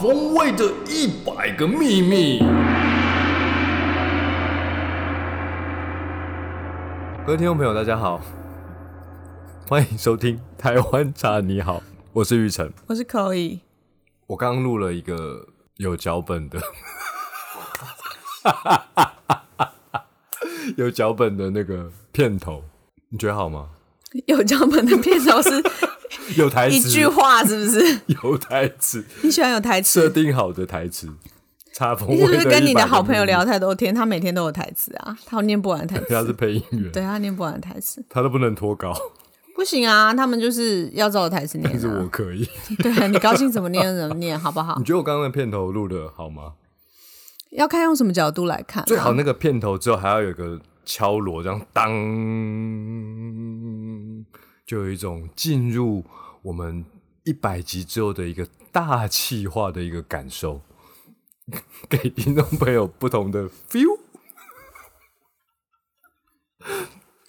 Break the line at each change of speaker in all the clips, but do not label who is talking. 风味的一百个秘密。各位听众朋友，大家好，欢迎收听《台湾茶你好》，我是玉成。
我是可以，
我刚刚录了一个有脚本 的，有脚本的那个片头，你觉得好吗？
有脚本的片头 是
有台词，
一句话，是不是？
有台词，
你喜欢有台
设
词？
定好的台词，插风
你
味
是不是跟你
100
的
个
好朋友
秘密
聊太多天？他每天都有台词啊，他念不完的台词，
他是配音员，
对他念不完的台词，
他都不能脱稿，
不行啊，他们就是要照着台词念、
但是
啊。
我可以。
对啊，你高兴怎么念就怎么念，好不好
你？觉得我刚刚的片头录的好吗？
要看用什么角度来看、啊
最好
呢，
那个片头之后还要有一个敲锣，这样当，就有一种进入我们一百集之后的一个大气化的一个感受， 给听众朋友不同的 feel。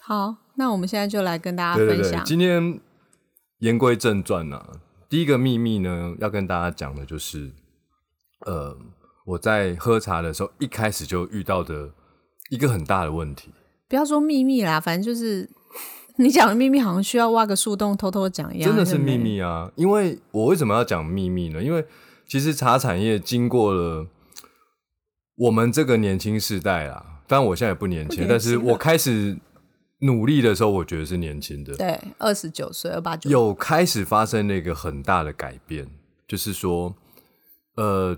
好，那我们现在就来跟大家
对
分
对对
享，。
今天言归正传呢、第一个秘密呢，要跟大家讲的就是，呃，我在喝茶的时候，一开始就遇到的一个很大的问题。
不要说秘密啦，反正就是 你讲的秘密，好像需要挖个树洞偷偷讲一样。
真的是
对不对
秘，密啊！因为我为什么要讲秘密呢？因为其实茶产业经过了我们这个年轻世代啦，当然我现在也不年轻，
不年轻
但是我开始努力的时候，我觉得是年轻 的，
对，二十九岁，二八九，
有开始发生了一个很大的改变，就是说，呃，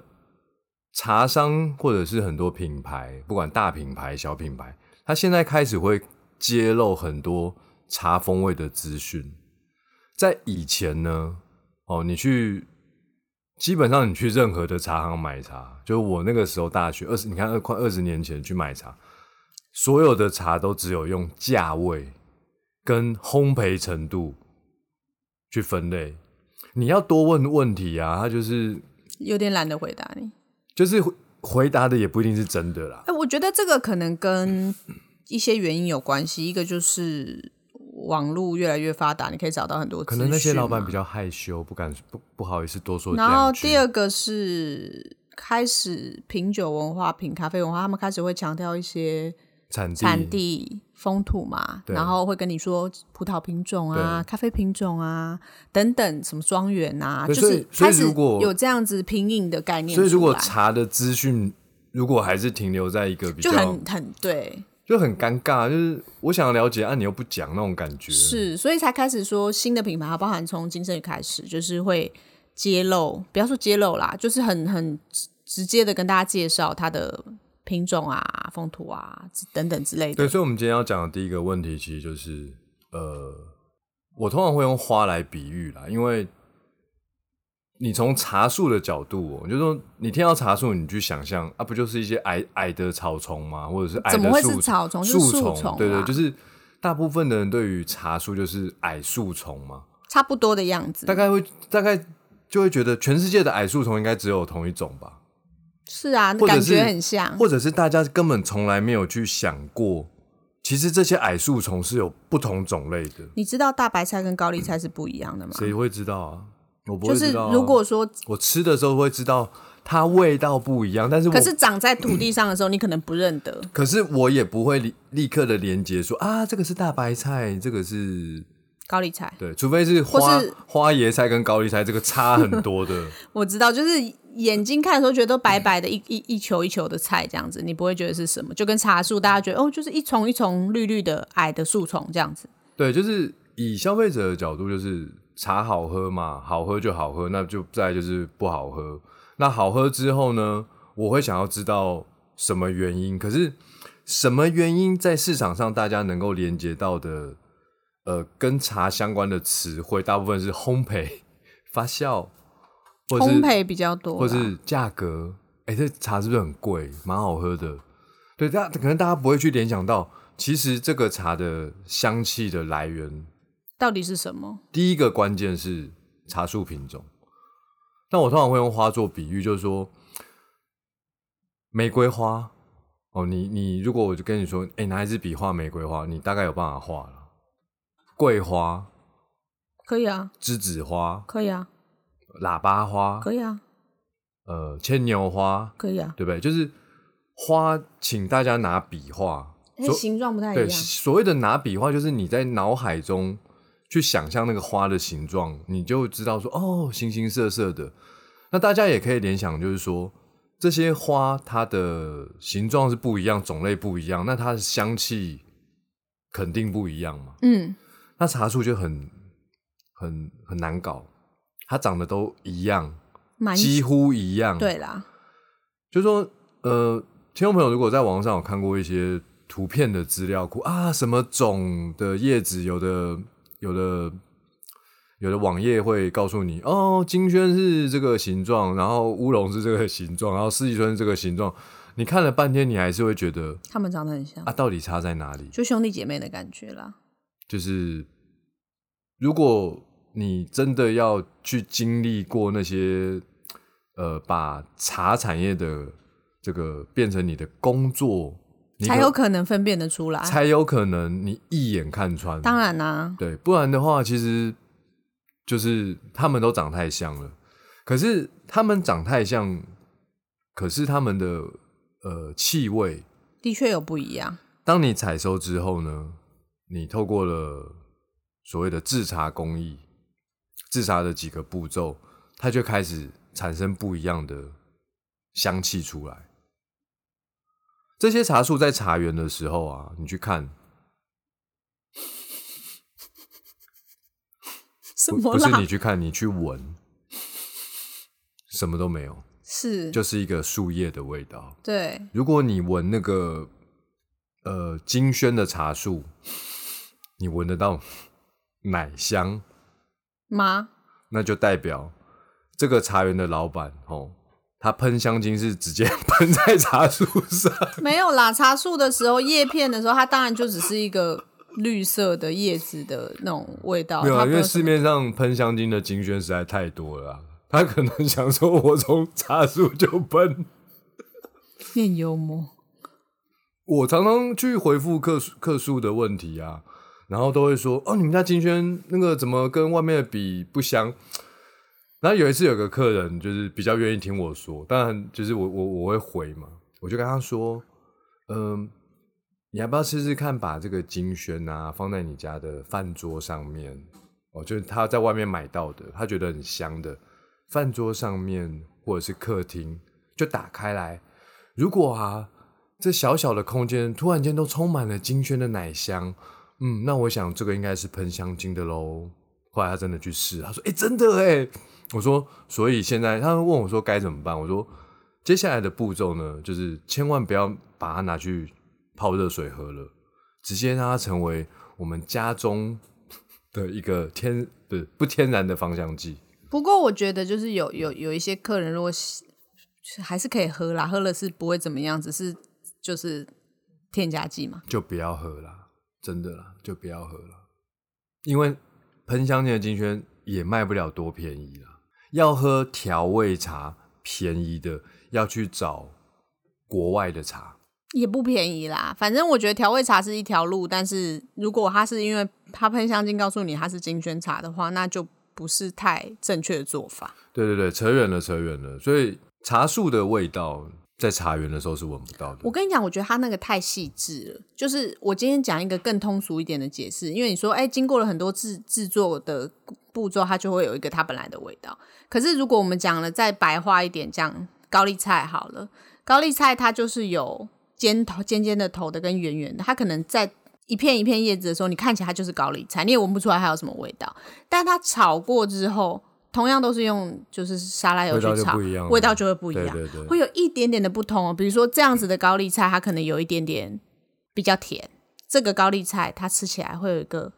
茶商或者是很多品牌，不管大品牌、小品牌，它现在开始会揭露很多茶风味的资讯。在以前呢，哦，你去基本上你去任何的茶行买茶，就是我那个时候大学二十，你看二快二十年前去买茶，所有的茶都只有用价位跟烘焙程度去分类。你要多问问题啊，他就是
有点懒得回答你。
就是回回答的也不一定是真的啦。
哎、我觉得这个可能跟一些原因有关系，一个就是网络越来越发达，你可以找到很多
可能那些老板比
较。
较害羞，不敢不不好意思多说
然后
两句。
第二个是开始品酒文化、品咖啡文化，他们开始会强调一些
产地
产地风土嘛，
对
然后会跟你说葡萄品种啊、
对
咖啡品种啊等等，什么庄园啊，
对
就
所以
是开
所以
始
如果
有这样子品饮的概念出
所
来，
以如果查的资讯如果还是停留在一个比较
就很很对，
就很尴尬，就是我想了解，啊你又不讲那种感觉。
是，所以才开始说新的品牌，包含从金盛宇开始，就是会揭露，不要说揭露啦，就是很很直直接的跟大家介绍它的品种啊、风土啊等等之类
对，
的。
所以我们今天要讲的第一个问题，其实就是呃，我通常会用花来比喻啦，因为你从茶树的角度、哦，你就说你听到茶树，你去想象啊，不就是一些矮矮的草丛吗？或者是矮的
怎么会
树
是草丛就是
树
树
丛，
丛
对对，
啊
就是大部分的人对于茶树就是矮树丛嘛，
差不多的样子
大，概会大概就会觉得全世界的矮树丛应该只有同一种吧。
是啊，
或者
感觉
是
很像。
或者是大家根本从来没有去想过，其实这些矮树丛是有不同种类的。
你知道大白菜跟高丽菜是不一样的吗？
谁会知道啊？我不
就
会
是
知道啊、
如果说，
我吃的时候会知道它味道不一样，但是我
可是长在土地上的时候，你可能不认得。
可是我也不会立立刻的连接说啊，这个是大白菜，这个是
高丽菜，
对，除非是花
或是
花椰菜跟高丽菜这个差很多的，
我知道，就是眼睛看的时候觉得都
嗯
白白的一一一球一球的菜这样子，你不会觉得是什么，就跟茶树大家觉得哦，就是一丛一丛绿绿的矮的树丛这样子。
对，就是以消费者的角度，就是茶好喝嘛，好喝就好喝，那就再来就是不好喝。那好喝之后呢，我会想要知道什么原因。可是什么原因在市场上大家能够连接到的，呃，跟茶相关的词汇，大部分是烘焙、发酵，或是
烘焙比较多啦，
或是价格，哎、这茶是不是很贵？蛮好喝的。对，大可能大家不会去联想到，其实这个茶的香气的来源，
到底是什么？
第一个关键是茶树品种。但我通常会用花做比喻，就是说玫瑰花。哦，你你如果我就跟你说，哎、拿一支笔画玫瑰花，你大概有办法画了。桂花、
可以啊，
栀子花、
可以啊，
喇叭花、
可以啊，
呃牵牛花，
可以啊，
对不对？就是花，请大家拿笔画，
哎，
所
形状不太一
对，
样，
所谓的拿笔画，就是你在脑海中去想象那个花的形状，你就知道说哦，形形色色的。那大家也可以联想，就是说这些花它的形状是不一样，种类不一样，那它的香气肯定不一样嘛。
嗯，
那茶树就很很很难搞，它长得都一样，
蛮
几乎一样。
对啦，
就说呃，听众朋友如果在网上有看过一些图片的资料库啊，什么种的叶子，有的有的有的网页会告诉你哦，金萱是这个形状，然后乌龙是这个形状，然后四季春是这个形状。你看了半天，你还是会觉得
他们长得很像，
啊，到底差在哪里？
就兄弟姐妹的感觉啦。
就是如果你真的要去经历过那些呃，把茶产业的这个变成你的工作，你
才有可能分辨得出来。
才有可能你一眼看穿。
当然啦、
对，不然的话，其实就是他们都长太像了。可是他们长太像，可是他们的呃气味，
的确有不一样。
当你采收之后呢，你透过了所谓的制茶工艺，制茶的几个步骤，它就开始产生不一样的香气出来。这些茶树在茶园的时候啊，你去看，
什
不
么
不是
啦
你？去看，你去闻，什么都没有，
是，
就是一个树叶的味道。
对，
如果你闻那个呃金萱的茶树，你闻得到奶香，
吗？
那就代表这个茶园的老板哦，他喷香精是直接 喷在茶树上。
没有啦。茶树的时候，叶片的时候，它当然就只是一个绿色的叶子的那种味道。
没有
它
啊，
不
因为
会哦有什
市
么
面上喷香精的金萱实在太多了啊、他可能想说，我从茶树就喷。
你很幽默，
我常常去回复客诉客诉的问题啊，然后都会说哦，你们家金萱那个怎么跟外面的比不香？然后有一次有个客人就是比较愿意听我说，当然就是我我我会回嘛，我就跟他说，嗯，你要不要试试看把这个金萱啊放在你家的饭桌上面？哦，就是他在外面买到的，他觉得很香的，饭桌上面或者是客厅就打开来，如果啊，这小小的空间突然间都充满了金萱的奶香，嗯，那我想这个应该是喷香精的喽。后来他真的去试，他说：“哎、真的哎、我说：“所以现在他问我说该怎么办？”我说：“接下来的步骤呢，就是千万不要把它拿去泡热水喝了，直接让它成为我们家中的一个天不是不天然的芳香剂。
不过我觉得就是有有有一些客人，如果喜还是可以喝啦，喝了是不会怎么样，只是就是添加剂嘛。
就不要喝啦，真的啦，就不要喝啦，因为喷香精的金萱也卖不了多便宜啦。要喝调味茶，便宜的要去找国外的茶，
也不便宜啦，反正我觉得调味茶是一条路，但是如果它是因为它喷香精告诉你它是金萱茶的话，那就不是太正确的做法。
对对对，扯远了，扯远了。所以茶树的味道在茶园的时候是闻不到的
我。跟你讲，我觉得它那个太细致了。就是我今天讲一个更通俗一点的解释，因为你说，哎，经过了很多制制作的步骤，它就会有一个它本来的味道。可是如果我们讲了再白话一点，讲高丽菜好了，高丽菜它就是有尖头、尖尖的头的跟圆圆的，它可能在一片一片叶子的时候，你看起来它就是高丽菜，你也闻不出来它有什么味道。但它炒过之后，同样都是用就是沙拉油
味道
去
就
炒，
不一样了
味道就会不一
对
样。
对对，
会有一点点的不同、哦。比如说这样子的高丽菜，它可能有一点点比较甜，这个高丽菜它吃起来会有一个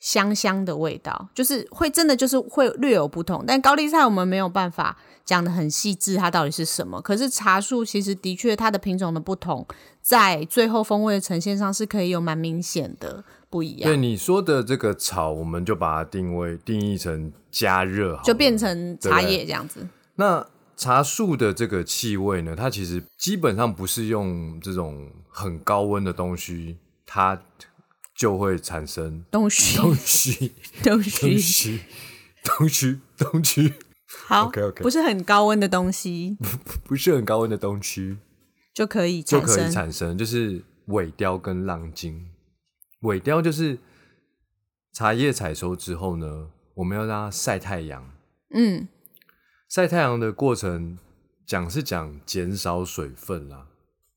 香香的味道，就是会真的就是会略有不同。但高丽菜我们没有办法讲的很细致，它到底是什么。可是茶树其实的确它的品种的不同，在最后风味的呈现上是可以有蛮明显的不一
对
样，
你说的这个草，我们就把它定位定义成加热好了，
就变成茶
对不对
叶这样子。
那茶树的这个气味呢，它其实基本上不是用这种很高温的东西，它就会产生
东 西，
东西、
东
东
西，
西、东西、东西。
好
OK，OK
不是很高温的东西
不是很高温的东西
就可以
就
产
可以
生。
产生，就是尾雕跟浪茎。尾雕就是茶叶采收之后呢，我们要让它晒太阳。
嗯，
晒太阳的过程讲是讲减少水分啦，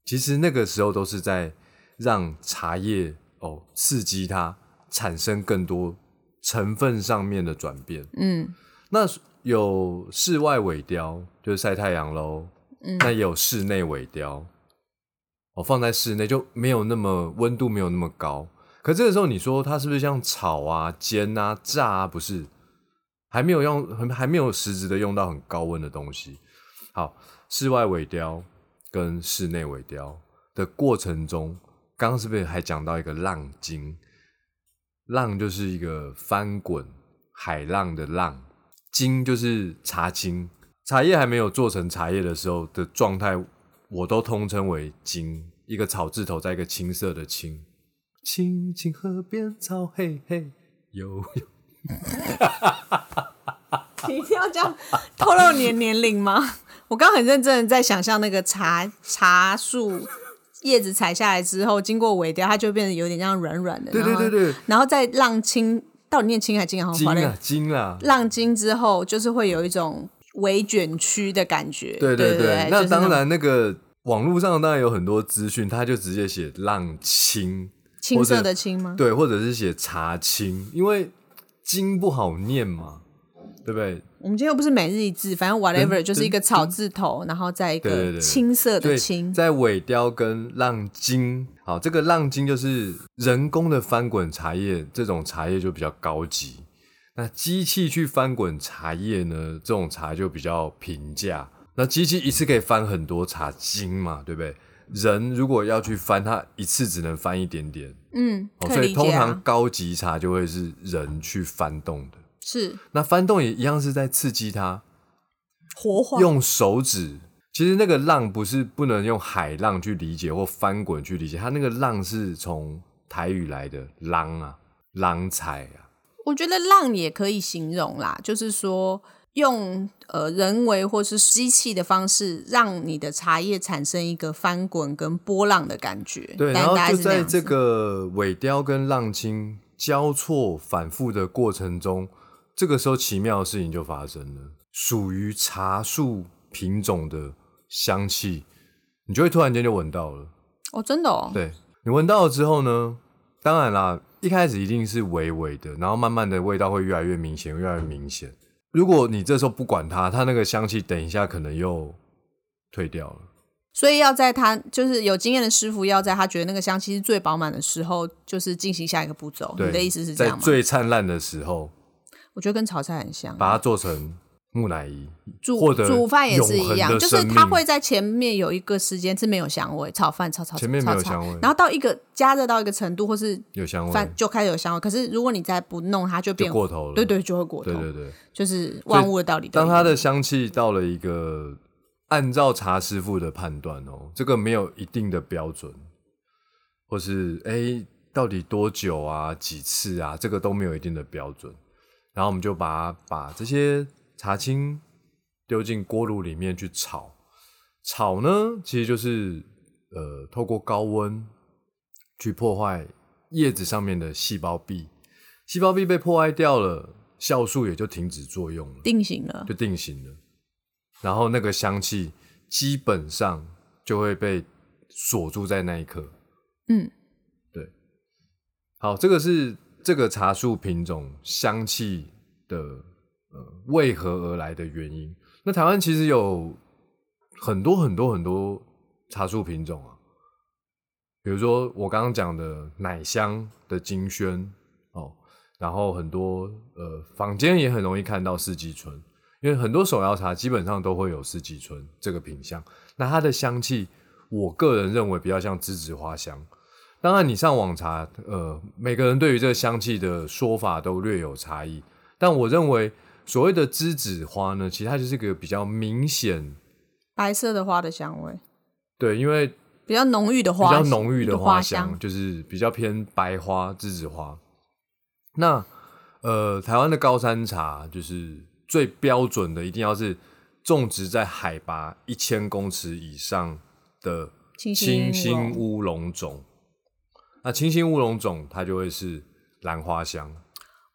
其实那个时候都是在让茶叶哦刺激它产生更多成分上面的转变。
嗯，
那有室外尾雕，就是晒太阳喽。嗯，那也有室内尾雕，哦，放在室内就没有那么温度，没有那么高。可这个时候你说它是不是像炒啊、煎啊、炸啊？不是，还没有用，还还没有实质的用到很高温的东西。好，室外尾雕跟室内尾雕的过程中，刚刚是不是还讲到一个浪经？浪就是一个翻滚海浪的浪，茎就是茶茎。茶叶还没有做成茶叶的时候的状态，我都通称为茎，一个草字头在一个青色的青。青青河边草，嘿嘿，有
你一定要 这样透露你的年龄吗？ 我刚刚很认真的在想象那个茶茶树叶子采下来之后，经过尾雕，它就变得有点像软软的。
对对
然后
对对，
然后再浪青，到底念青还青啊？
茎
好嘞
啊，茎啊，
浪青之后，就是会有一种微卷曲的感觉。
对对
对
对，那
就是那
当
种
然，那个网络上当然有很多资讯，他就直接写浪青，
青
或
色
者
的青吗？
对，或者是写茶青，因为金不好念嘛，对不对？
我们今天又不是每日一字，反正 whatever 就是一个草字头，然后再一
嗯对对
个
对
青色的
对，
青。
在尾雕跟浪茎，好，这个浪茎就是人工的翻滚茶叶，这种茶叶就比较高级。那机器去翻滚茶叶呢，这种茶就比较平价。那机器一次可以翻很多茶茎嘛，对不对？人如果要去翻，它一次只能翻一点点，
嗯，
哦
可
所以
理
通
解
常
啊。
高级茶就会是人去翻动的。
是
那翻动也一样是在刺激它，
活化，
用手指。其实那个浪不是不能用海浪去理解或翻滚去理解，它那个浪是从台语来的“浪”啊，浪彩啊，
我觉得浪也可以形容啦，就是说用呃人为或是机器的方式，让你的茶叶产生一个翻滚跟波浪的感觉。
对，
大
然后
大概
就是
那
在
样子
这个尾雕跟浪青交错反复的过程中，这个时候奇妙的事情就发生了，属于茶树品种的香气，你就会突然间就闻到了。
哦，真的哦，
对你闻到了之后呢，当然啦，一开始一定是微微的，然后慢慢的味道会越来越明显，越来越明显。如果你这时候不管它，它那个香气等一下可能又退掉了。
所以要在他就是有经验的师傅，要在他觉得那个香气是最饱满的时候，就是进行下一个步骤。
对，
你的意思是
在
这样吗？
最灿烂的时候，
我觉得跟炒菜很像，
把它做成木乃伊，
煮
获得
煮饭也是
永
一
恒
样，
的
就是
生
它
命
会在前面有一个时间是没有香味，炒饭炒炒
前面没
炒
有
炒
香味
然后到一个加热到一个程度，或是
有香味
饭就开始有香味。可是如果你再不弄，它就变
就过头了。
对对，就会过头，
对对对，
就是万物的道理都一
当
样。
它的香气到了一个按照茶师傅的判断哦，这个没有一定的标准，或是哎、诶到底多久啊、几次啊，这个都没有一定的标准。然后我们就把把这些茶青丢进锅炉里面去炒。炒呢，其实就是呃，透过高温去破坏叶子上面的细胞壁，细胞壁被破坏掉了，酵素也就停止作用了。
定型了，
就定型了。然后那个香气基本上就会被锁住在那一刻。
嗯，
对。好，这个是这个茶树品种香气的呃为何而来的原因。那台湾其实有很多很多很多茶树品种啊，比如说我刚刚讲的奶香的金萱哦，然后很多呃坊间也很容易看到四季春，因为很多手摇茶基本上都会有四季春这个品相。那它的香气，我个人认为比较像栀子花香。当然，你上网查，呃，每个人对于这个香气的说法都略有差异。但我认为，所谓的栀子花呢，其实它就是一个比较明显，
白色的花的香味，
对，因为
比较浓郁的
比
花，
较浓郁的
花
花香，就是比较偏白花、栀子花。那呃，台湾的高山茶就是最标准的一定要是种植在海拔一千公尺以上的
清
清
新乌
新
龙
乌龙种。那清新乌龙种它就会是兰花香，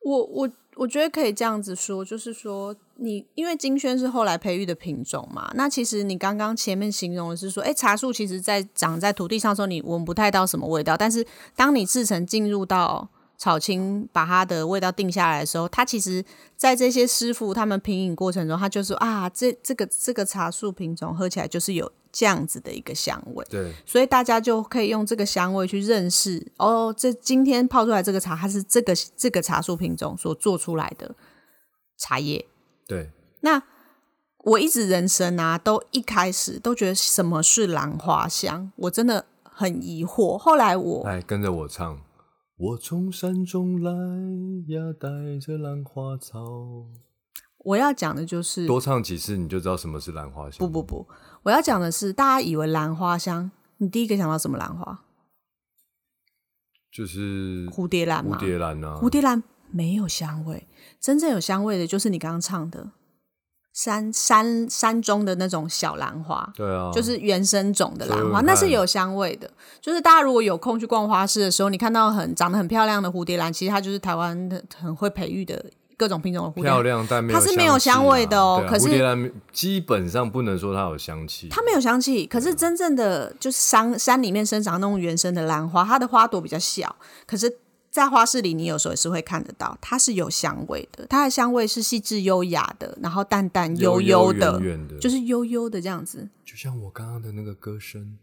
我我我觉得可以这样子说，就是说你因为金萱是后来培育的品种嘛，那其实你刚刚前面形容的是说，哎，茶树其实在长在土地上的时候，你闻不太到什么味道，但是当你制成进入到草青，把它的味道定下来的时候，它其实在这些师傅他们品饮过程中，他就说啊，这这个这个茶树品种喝起来就是有这样子的一个香味。
对，
所以大家就可以用这个香味去认识哦，这今天泡出来这个茶，它是这个这个茶树品种所做出来的茶叶。
对，
那我一直人生啊，都一开始都觉得什么是兰花香，我真的很疑惑。后来我
来跟着我唱。我从山中来呀，带着兰花草。
我要讲的就是，
多唱几次你就知道什么是兰花香。
不不不，我要讲的是，大家以为兰花香，你第一个想到什么兰花？
就是
蝴蝶兰吗？
蝴蝶兰啊，
蝴蝶兰没有香味，真正有香味的就是你刚刚唱的山山山中的那种小兰花，
对啊，
就是原生种的
所以
兰
我
花，
看
那是有香味的。就是大家如果有空去逛花市的时候，你看到很长得很漂亮的蝴蝶兰，其实它就是台湾的很会培育的各种品种的蝴蝶
漂
兰，
亮，但没
它是没有
香
香
气啊
味的哦
对啊
可是
蝴蝶兰基本上不能说它有香气，
它没有香气。可是真正的就是山山里面生长那种原生的兰花，它的花朵比较小，可是。在花市里，你有时候也是会看得到，它是有香味的，它的香味是细致优雅的，然后淡淡悠
悠
的，
远远的，
就是悠悠的这样子。
就像我刚刚的那个歌声，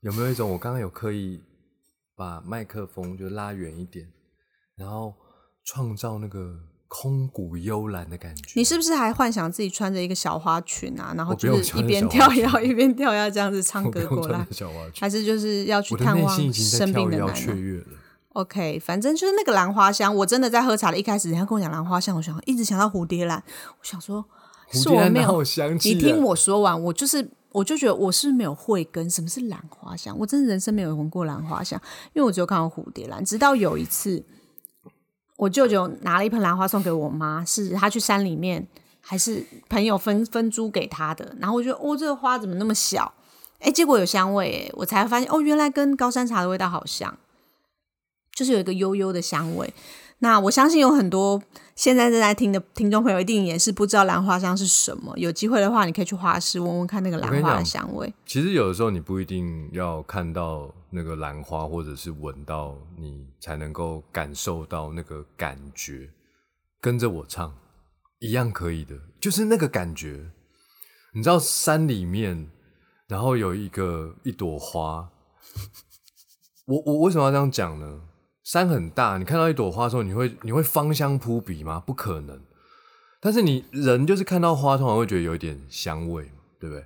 有没有一种我刚刚有刻意把麦克风就拉远一点，然后创造那个空谷幽兰的感觉？
你是不是还幻想自己穿着一个小花裙啊，然后
我不
就
用
是一
穿着
边
小
跳
花
摇
裙
一边跳摇这样子 唱
我不
歌
用
过来
穿着，小花裙，
还是就是要去
我的
探
内
望
心已经在
生病
跳
的
跃
奶
雀
奶
跃了。
？OK，反正就是那个兰花香，我真的在喝茶的一开始，人家跟我讲兰花香，我想一直想到蝴蝶兰，我想说是
蝴蝶
我
兰
没
哪有
有，
香气、啊？
你听我说完，我就是。我就觉得我是没有慧根，什么是兰花香？我真的人生没有闻过兰花香，因为我只有看到蝴蝶兰。直到有一次，我舅舅拿了一盆兰花送给我妈，是他去山里面还是朋友分分租给他的。然后我就哦，这个花怎么那么小？哎，结果有香味哎，我才发现哦，原来跟高山茶的味道好像，就是有一个悠悠的香味。那我相信有很多现在正在听的听众朋友，一定也是不知道兰花香是什么。有机会的话，你可以去花市闻闻看那个
我跟
兰
你
花的
讲
香味。
其实有的时候你不一定要看到那个兰花，或者是闻到，你才能够感受到那个感觉。跟着我唱，一样可以的，就是那个感觉。你知道山里面，然后有一个一朵花，我我为什么要这样讲呢？山很大，你看到一朵花的时候，你会你会芳香扑鼻吗？不可能。但是你人就是看到花，通常会觉得有一点香味嘛，对不对？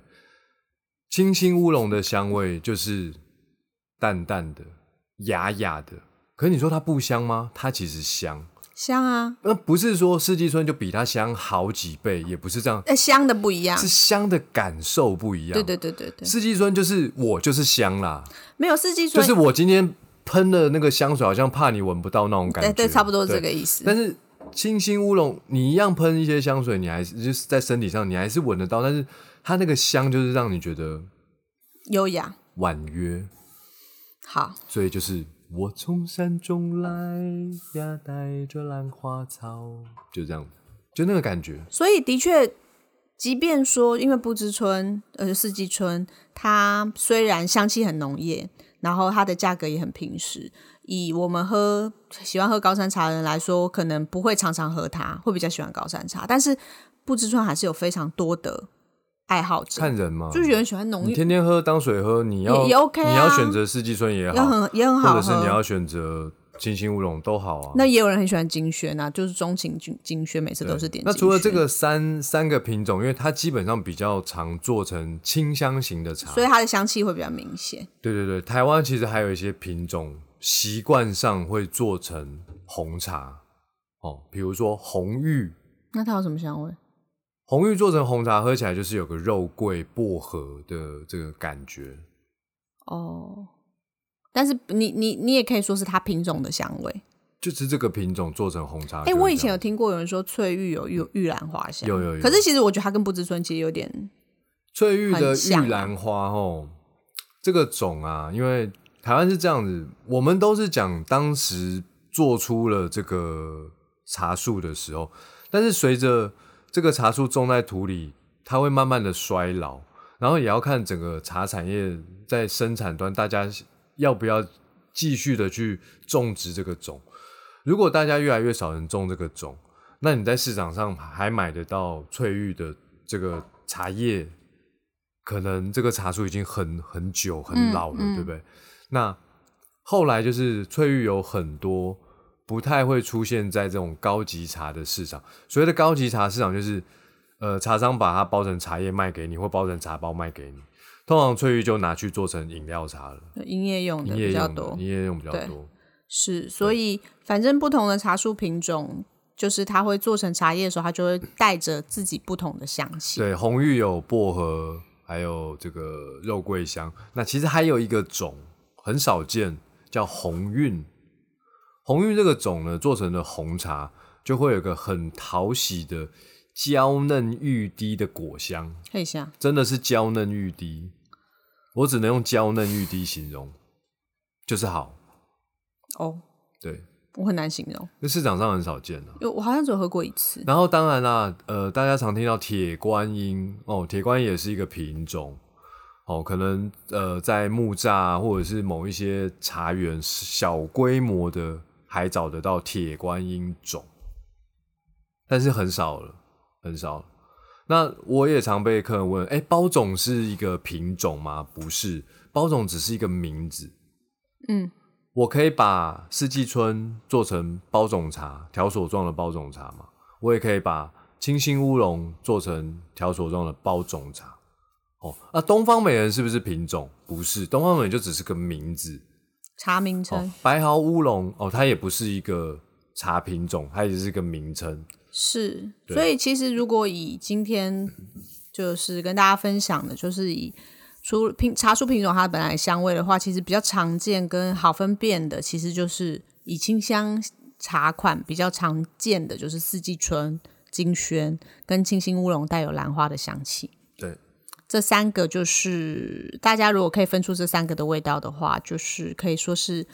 清新乌龙的香味就是淡淡的、雅雅的。可是你说它不香吗？它其实香。
香啊，
那不是说四季春就比它香好几倍，也不是这样，
哎，香的不一样
是。香的感受不一样。
对对对对对，
四季春就是我就是香啦，
没有四季
就
春，
是我今天喷的那个香水，好像怕你闻不到那种感觉。
对对，差不多
对
这个意思。
但是清新乌龙，你一样喷一些香水，你还是就是在身体上你还是闻得到，但是它那个香就是让你觉得
优雅，
婉约，
好，
所以就是我从山中来呀，带着兰花草，就这样，就那个感觉。
所以的确，即便说因为不知春，呃，四季春，它虽然香气很浓烈，然后它的价格也很平实，以我们喝喜欢喝高山茶的人来说，可能不会常常喝它，会比较喜欢高山茶，但是不知春还是有非常多的爱好者，
看人嘛，
就是有人喜欢浓
你
郁，
天天喝当水喝，你要
也也 OK 啊
你要选择四季春也
也
好，
很也很
或
好
者是你
喝。
要选择清新乌龙都好啊。
那也有人很喜欢金萱啊，就是钟情金金萱，每次都是点。
那除了这，个三三个品种，因为它基本上比较常做成清香型的茶，
所以它的香气会比较明显。
对对对，台湾其实还有一些品种习惯上会做成红茶哦，比如说红玉，
那它有什么香味？
红玉做成红茶喝起来就是有个肉桂薄荷的这个感觉，
哦，但是你你你也可以说是它品种的香味，
就是这个品种做成红茶。
哎、我以前有听过有人说翠玉有玉玉兰花香，
有有有
可是其实我觉得它跟不知春其实有点
翠玉的
很像啊
玉兰花哦，这个种啊，因为台湾是这样子，我们都是讲当时做出了这个茶树的时候，但是随着这个茶树种在土里，它会慢慢的衰老，然后也要看整个茶产业在生产端大家要不要继续的去种植这个种。如果大家越来越少人种这个种，那你在市场上还买得到翠玉的这个茶叶，可能这个茶树已经很很久
嗯
很老了，对不对？那后来就是翠玉有很多不太会出现在这种高级茶的市场。所谓的高级茶市场，就是呃茶商把它包成茶叶卖给你，或包成茶包卖给你。通常翠玉就拿去做成饮料茶了，
呃营业用的
营业
比较
用的
多，
营业用比较
对
多。
是，所以反正不同的茶树品种，就是它会做成茶叶的时候，它就会带着自己不同的香气。
对，红玉有薄荷，还有这个肉桂香。那其实还有一个种很少见，叫红韵。红韵这个种呢，做成的红茶就会有一个很讨喜的娇嫩欲滴的果香，
看一下，
真的是娇嫩欲滴。我只能用娇嫩欲滴形容，就是好。
哦，
对，
我很难形容，
那市场上很少见啊。
因为我好像只有喝过一次。
然后当然啦，呃，大家常听到铁观音哦，铁观音也是一个品种哦，可能呃在木栅啊或者是某一些茶园小规模的还找得到铁观音种，但是很少了，很少了。那我也常被客人问，哎，包种是一个品种吗？不是，包种只是一个名字。
嗯，
我可以把四季春做成包种茶，条索状的包种茶嘛？我也可以把清新乌龙做成条索状的包种茶。哦，那、东方美人是不是品种？不是，东方美人就只是个名字。
茶名
哦
称、，
白毫乌龙哦，它也不是一个茶品种，它也是一个名称。
是，
对
所以其实如果以今天就是跟大家分享的，就是以除品茶树品种它本来香味的话，其实比较常见跟好分辨的，其实就是以清香茶款比较常见的就是四季春、金萱跟清新乌龙带有兰花的香气。
对，
这三个就是大家如果可以分出这三个的味道的话，就是可以说是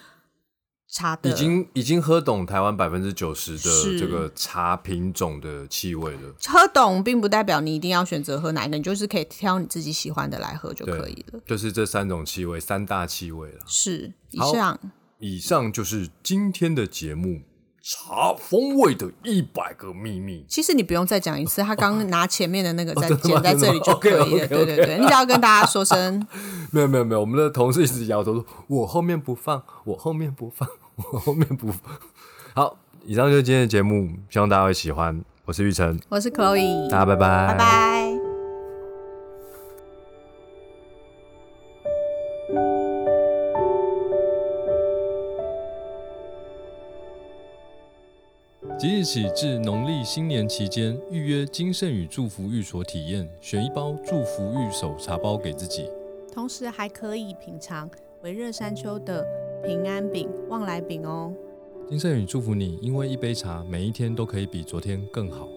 茶的
已经已经喝懂台湾百分之九十的
是
这个茶品种的气味了。
喝懂并不代表你一定要选择喝哪一个，你就是可以挑你自己喜欢的来喝就
对
可以了。
就是这三种气味，三大气味了。
是，以
好
上
以上就是今天的节目《茶风味的一百个秘密》。
其实你不用再讲一次，他刚拿前面的 那个再
哦真的吗哦
剪在这里就可以 了。
真的吗
对对对，你只要跟大家说声
没有没有没有，我们的同事一直摇头说：“我后面不放， 我后面不放，我后面不放。”好，以上就是今天的节目，希望大家会喜欢。我是玉成，
我是 Chloe，
大家拜拜，
拜拜。
即日起至农历新年期间，预约金盛宇祝福玉所体验，选一包祝福玉手茶包给自己。
同时还可以品尝维热山丘的平安饼、旺来饼哦。
金盛宇祝福你，因为一杯茶，每一天都可以比昨天更好。